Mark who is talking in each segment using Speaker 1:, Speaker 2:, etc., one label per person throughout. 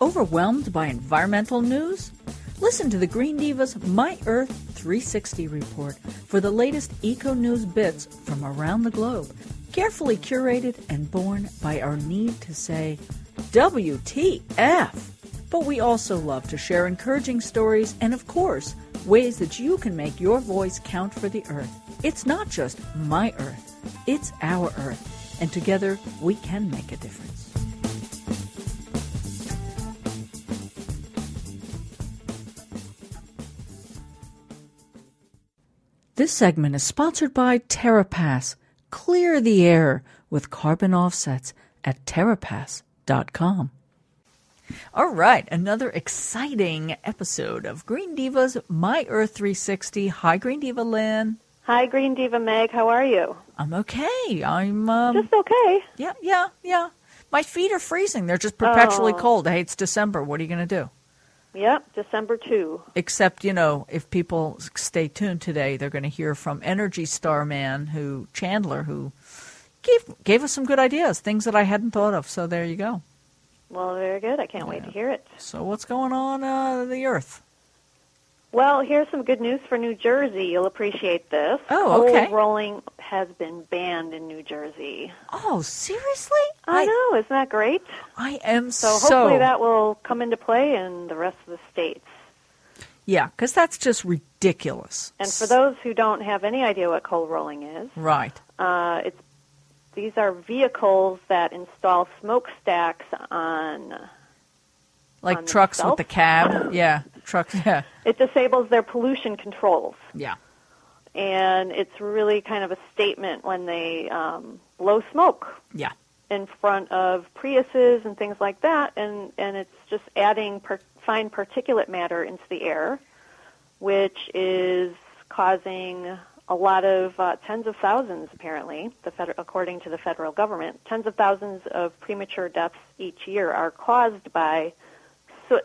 Speaker 1: Overwhelmed by environmental news? Listen to the Green Diva's My Earth 360 report for the latest eco news bits from around the globe, carefully curated and born by our need to say, WTF! But we also love to share encouraging stories and, of course, ways that you can make your voice count for the earth. It's not just my earth, it's our earth, and together we can make a difference. This segment is sponsored by TerraPass. Clear the air with carbon offsets at terrapass.com. All right, another exciting episode of Green Diva's My Earth 360. Hi, Green Diva Lynn.
Speaker 2: Hi, Green Diva Meg. How are you?
Speaker 1: I'm okay. I'm, um,
Speaker 2: Just okay.
Speaker 1: yeah, yeah, yeah. My feet are freezing. They're just perpetually
Speaker 2: Oh.
Speaker 1: cold. Hey, it's December. What are you going to do?
Speaker 2: Yep, December 2.
Speaker 1: Except, you know, if people s- stay tuned today, they're going to hear from Energy Star Man, who Chandler, who gave gave us some good ideas, things that I hadn't thought of. So there you go.
Speaker 2: Well, very good. I can't wait to hear it.
Speaker 1: So what's going on uh, the Earth?
Speaker 2: Well, here's some good news for New Jersey. You'll appreciate this.
Speaker 1: Oh, okay.
Speaker 2: Coal rolling has been banned in New Jersey.
Speaker 1: Oh, seriously?
Speaker 2: I,
Speaker 1: I
Speaker 2: know. Isn't that great?
Speaker 1: I am
Speaker 2: So hopefully that will come into play in the rest of the states.
Speaker 1: yeah, because that's just ridiculous.
Speaker 2: And for those who don't have any idea what coal rolling is,
Speaker 1: right?
Speaker 2: uh, it's these are vehicles that install smokestacks on
Speaker 1: Like
Speaker 2: on
Speaker 1: trucks
Speaker 2: themselves?
Speaker 1: with the cab, yeah, trucks, yeah,
Speaker 2: it disables their pollution controls.
Speaker 1: yeah.
Speaker 2: and it's really kind of a statement when they um, blow smoke
Speaker 1: Yeah.
Speaker 2: in front of Priuses and things like that, and and it's just adding per- fine particulate matter into the air, which is causing a lot of uh, tens of thousands, apparently, the feder- according to the federal government, tens of thousands of premature deaths each year are caused by soot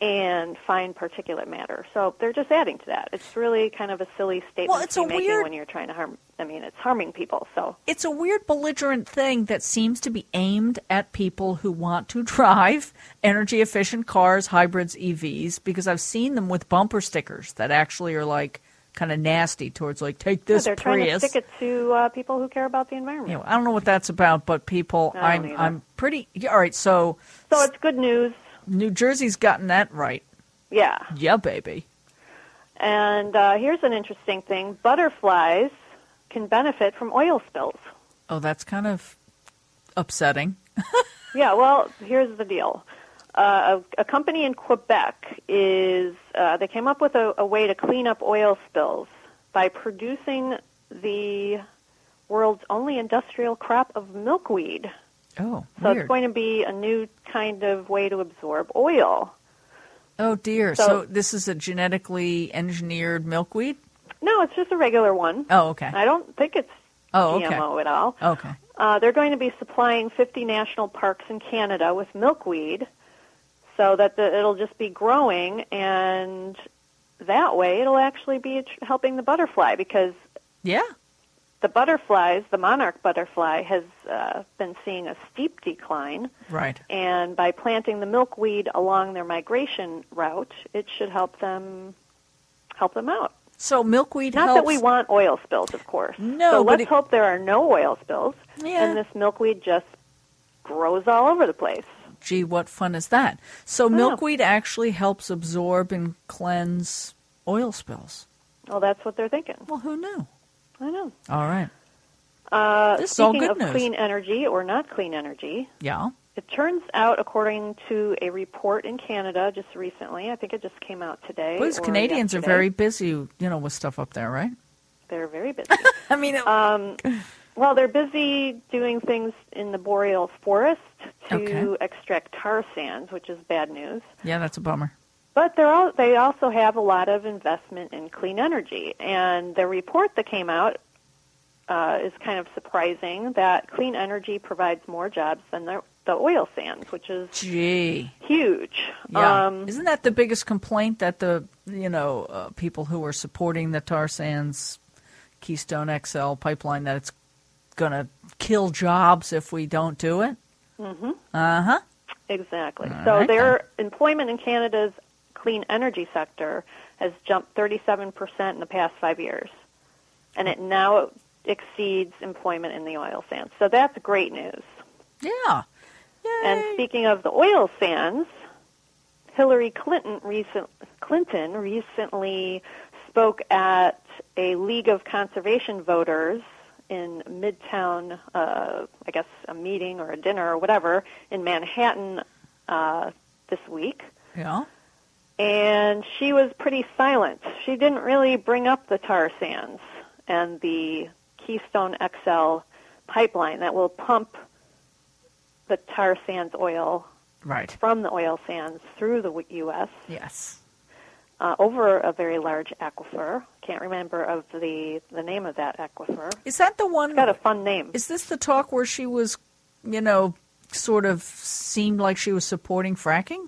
Speaker 2: and fine particulate matter. So they're just adding to that. It's really kind of a silly statement
Speaker 1: Well, it's
Speaker 2: to be
Speaker 1: a
Speaker 2: making
Speaker 1: weird-
Speaker 2: when you're trying to harm. I mean, it's harming people. So
Speaker 1: it's a weird belligerent thing that seems to be aimed at people who want to drive energy efficient cars, hybrids, EVs, because I've seen them with bumper stickers that actually are like kind of nasty towards like take
Speaker 2: Yeah,
Speaker 1: this
Speaker 2: Oh, they're trying
Speaker 1: Prius.
Speaker 2: to stick it to uh, people who care about the environment.
Speaker 1: You know, I don't know what that's about, but people,
Speaker 2: I
Speaker 1: I'm
Speaker 2: don't either.
Speaker 1: I'm pretty yeah, all right. So
Speaker 2: So it's good news.
Speaker 1: New Jersey's gotten that right,
Speaker 2: Yeah.
Speaker 1: yeah, baby.
Speaker 2: And uh, here's an interesting thing butterflies can benefit from oil spills.
Speaker 1: Oh, that's kind of upsetting.
Speaker 2: Yeah, well, here's the deal. Uh, a, a company in Quebec is, uh, they came up with a, a way to clean up oil spills by producing the world's only industrial crop of milkweed.
Speaker 1: Oh,
Speaker 2: So
Speaker 1: weird.
Speaker 2: it's going to be a new kind of way to absorb oil.
Speaker 1: oh dear. So,
Speaker 2: So-
Speaker 1: this is a genetically engineered milkweed.
Speaker 2: No, it's just a regular one.
Speaker 1: Oh, okay.
Speaker 2: I don't think it's
Speaker 1: Oh, okay.
Speaker 2: GMO at all.
Speaker 1: Okay.
Speaker 2: Uh, they're going to be supplying 50 national parks in Canada with milkweed so that the, it'll just be growing, and that way it'll actually be tr- helping the butterfly because
Speaker 1: Yeah.
Speaker 2: the butterflies, the monarch butterfly, has uh, been seeing a steep decline.
Speaker 1: Right.
Speaker 2: And by planting the milkweed along their migration route, it should help them help them out.
Speaker 1: So milkweed
Speaker 2: Not
Speaker 1: helps.
Speaker 2: that we want oil spills, of course.
Speaker 1: No,
Speaker 2: So
Speaker 1: but
Speaker 2: let's
Speaker 1: it-
Speaker 2: hope there are no oil spills.
Speaker 1: Yeah.
Speaker 2: And this milkweed just grows all over the place.
Speaker 1: Gee, what fun is that? So
Speaker 2: know.
Speaker 1: milkweed actually helps absorb and cleanse oil spills.
Speaker 2: Well, that's what they're thinking.
Speaker 1: Well, who knew?
Speaker 2: I know.
Speaker 1: All right.
Speaker 2: Uh,
Speaker 1: This is all
Speaker 2: speaking
Speaker 1: good
Speaker 2: of
Speaker 1: news.
Speaker 2: clean energy or not clean energy,
Speaker 1: Yeah.
Speaker 2: it turns out, according to a report in Canada just recently, I think it just came out today.
Speaker 1: Well, these
Speaker 2: or
Speaker 1: Canadians are
Speaker 2: yesterday.
Speaker 1: very busy, you know, with stuff up there, right?
Speaker 2: They're very busy.
Speaker 1: I mean, it-
Speaker 2: Um, well, they're busy doing things in the boreal forest to
Speaker 1: Okay.
Speaker 2: extract tar sands, which is bad news.
Speaker 1: yeah, that's a bummer.
Speaker 2: But they're all, they also have a lot of investment in clean energy. And the report that came out uh, is kind of surprising that clean energy provides more jobs than the, the oil sands, which is
Speaker 1: Gee.
Speaker 2: huge.
Speaker 1: Yeah.
Speaker 2: Um,
Speaker 1: Isn't that the biggest complaint that the, you know, uh, people who are supporting the tar sands Keystone XL pipeline that it's going to kill jobs if we don't do it? Mm-hmm. Uh-huh.
Speaker 2: Exactly.
Speaker 1: All
Speaker 2: so
Speaker 1: right,
Speaker 2: their employment in Canada's clean energy sector has jumped 37% in the past five years, and it now exceeds employment in the oil sands. So that's great news.
Speaker 1: Yeah. Yay.
Speaker 2: And speaking of the oil sands, Hillary Clinton, recent, Clinton recently spoke at a League of Conservation Voters in Midtown, uh, I guess a meeting or a dinner or whatever, in Manhattan uh, this week.
Speaker 1: yeah.
Speaker 2: And she was pretty silent. She didn't really bring up the tar sands and the Keystone XL pipeline that will pump the tar sands oil
Speaker 1: Right.
Speaker 2: from the oil sands through the w- U.S.
Speaker 1: Yes.
Speaker 2: Uh, over a very large aquifer. Can't remember of the, the name of that aquifer.
Speaker 1: Is that the one?
Speaker 2: It's got a fun name.
Speaker 1: Is this the talk where she was, you know, sort of seemed like she was supporting fracking?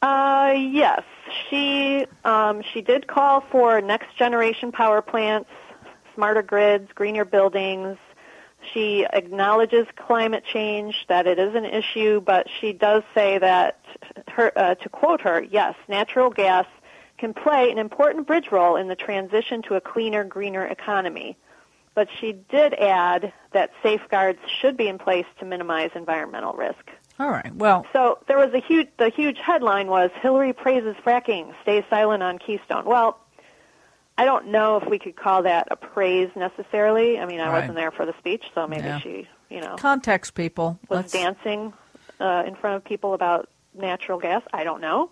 Speaker 2: Uh, yes, she um, she did call for next generation power plants, smarter grids, greener buildings. She acknowledges climate change that it is an issue, but she does say that her uh, to quote her, yes, natural gas can play an important bridge role in the transition to a cleaner, greener economy. But she did add that safeguards should be in place to minimize environmental risk.
Speaker 1: All right. Well,
Speaker 2: So there was a huge the huge headline was Hillary praises fracking, stays silent on Keystone. Well, I don't know if we could call that a praise necessarily. I mean, I
Speaker 1: Right.
Speaker 2: wasn't there for the speech, so maybe
Speaker 1: Yeah.
Speaker 2: she, you know,
Speaker 1: context people.
Speaker 2: was
Speaker 1: Let's-
Speaker 2: dancing uh, in front of people about natural gas. I don't know.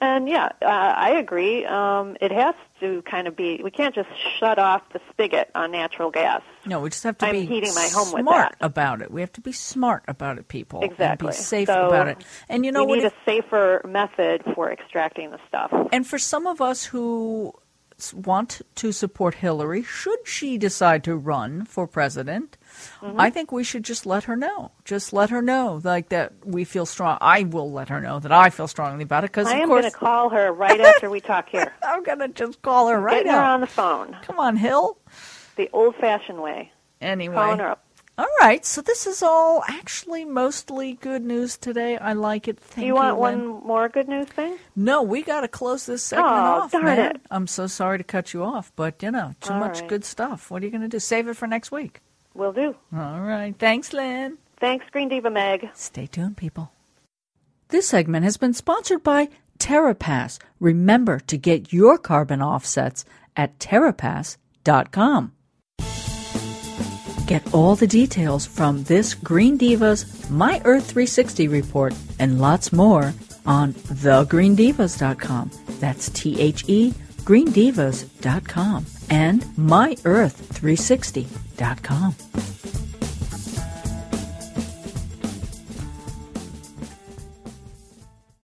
Speaker 2: And yeah, uh, I agree. Um, it has to kind of be. We can't just shut off the spigot on natural gas.
Speaker 1: No, we just have to
Speaker 2: I'm
Speaker 1: be
Speaker 2: heating my home with
Speaker 1: smart
Speaker 2: that.
Speaker 1: about it. We have to be smart about it, people. and
Speaker 2: Exactly.
Speaker 1: be safe
Speaker 2: So,
Speaker 1: about it. And you know
Speaker 2: we
Speaker 1: what?
Speaker 2: need
Speaker 1: it-
Speaker 2: a safer method for extracting the stuff.
Speaker 1: and for some of us who s- want to support Hillary, should she decide to run for president,
Speaker 2: Mm-hmm.
Speaker 1: I think we should just let her know. Just let her know, like that we feel strong. I will let her know that I feel strongly about it because,
Speaker 2: I
Speaker 1: of
Speaker 2: am
Speaker 1: course,
Speaker 2: going to call her right after we talk here.
Speaker 1: I'm going to just call her right
Speaker 2: Getting her
Speaker 1: now.
Speaker 2: on the phone,
Speaker 1: Come on, Hill.
Speaker 2: the old-fashioned way.
Speaker 1: Anyway.
Speaker 2: Calling her up.
Speaker 1: All right, so this is all actually mostly good news today. I like it. Thank
Speaker 2: Do you want
Speaker 1: Lynn.
Speaker 2: one more good news thing?
Speaker 1: No, we got to close this segment
Speaker 2: Oh,
Speaker 1: off,
Speaker 2: darn
Speaker 1: man.
Speaker 2: it.
Speaker 1: I'm so sorry to cut you off, but you know, too
Speaker 2: All
Speaker 1: much
Speaker 2: right.
Speaker 1: good stuff. What are you going to do? Save it for next week.
Speaker 2: Will do.
Speaker 1: All right. Thanks, Lynn.
Speaker 2: Thanks, Green Diva Meg.
Speaker 1: Stay tuned, people. This segment has been sponsored by TerraPass. Remember to get your carbon offsets at TerraPass.com. Get all the details from this Green Divas My Earth 360 report and lots more on thegreendivas.com. That's T H E greendivas.com and myearth360.com.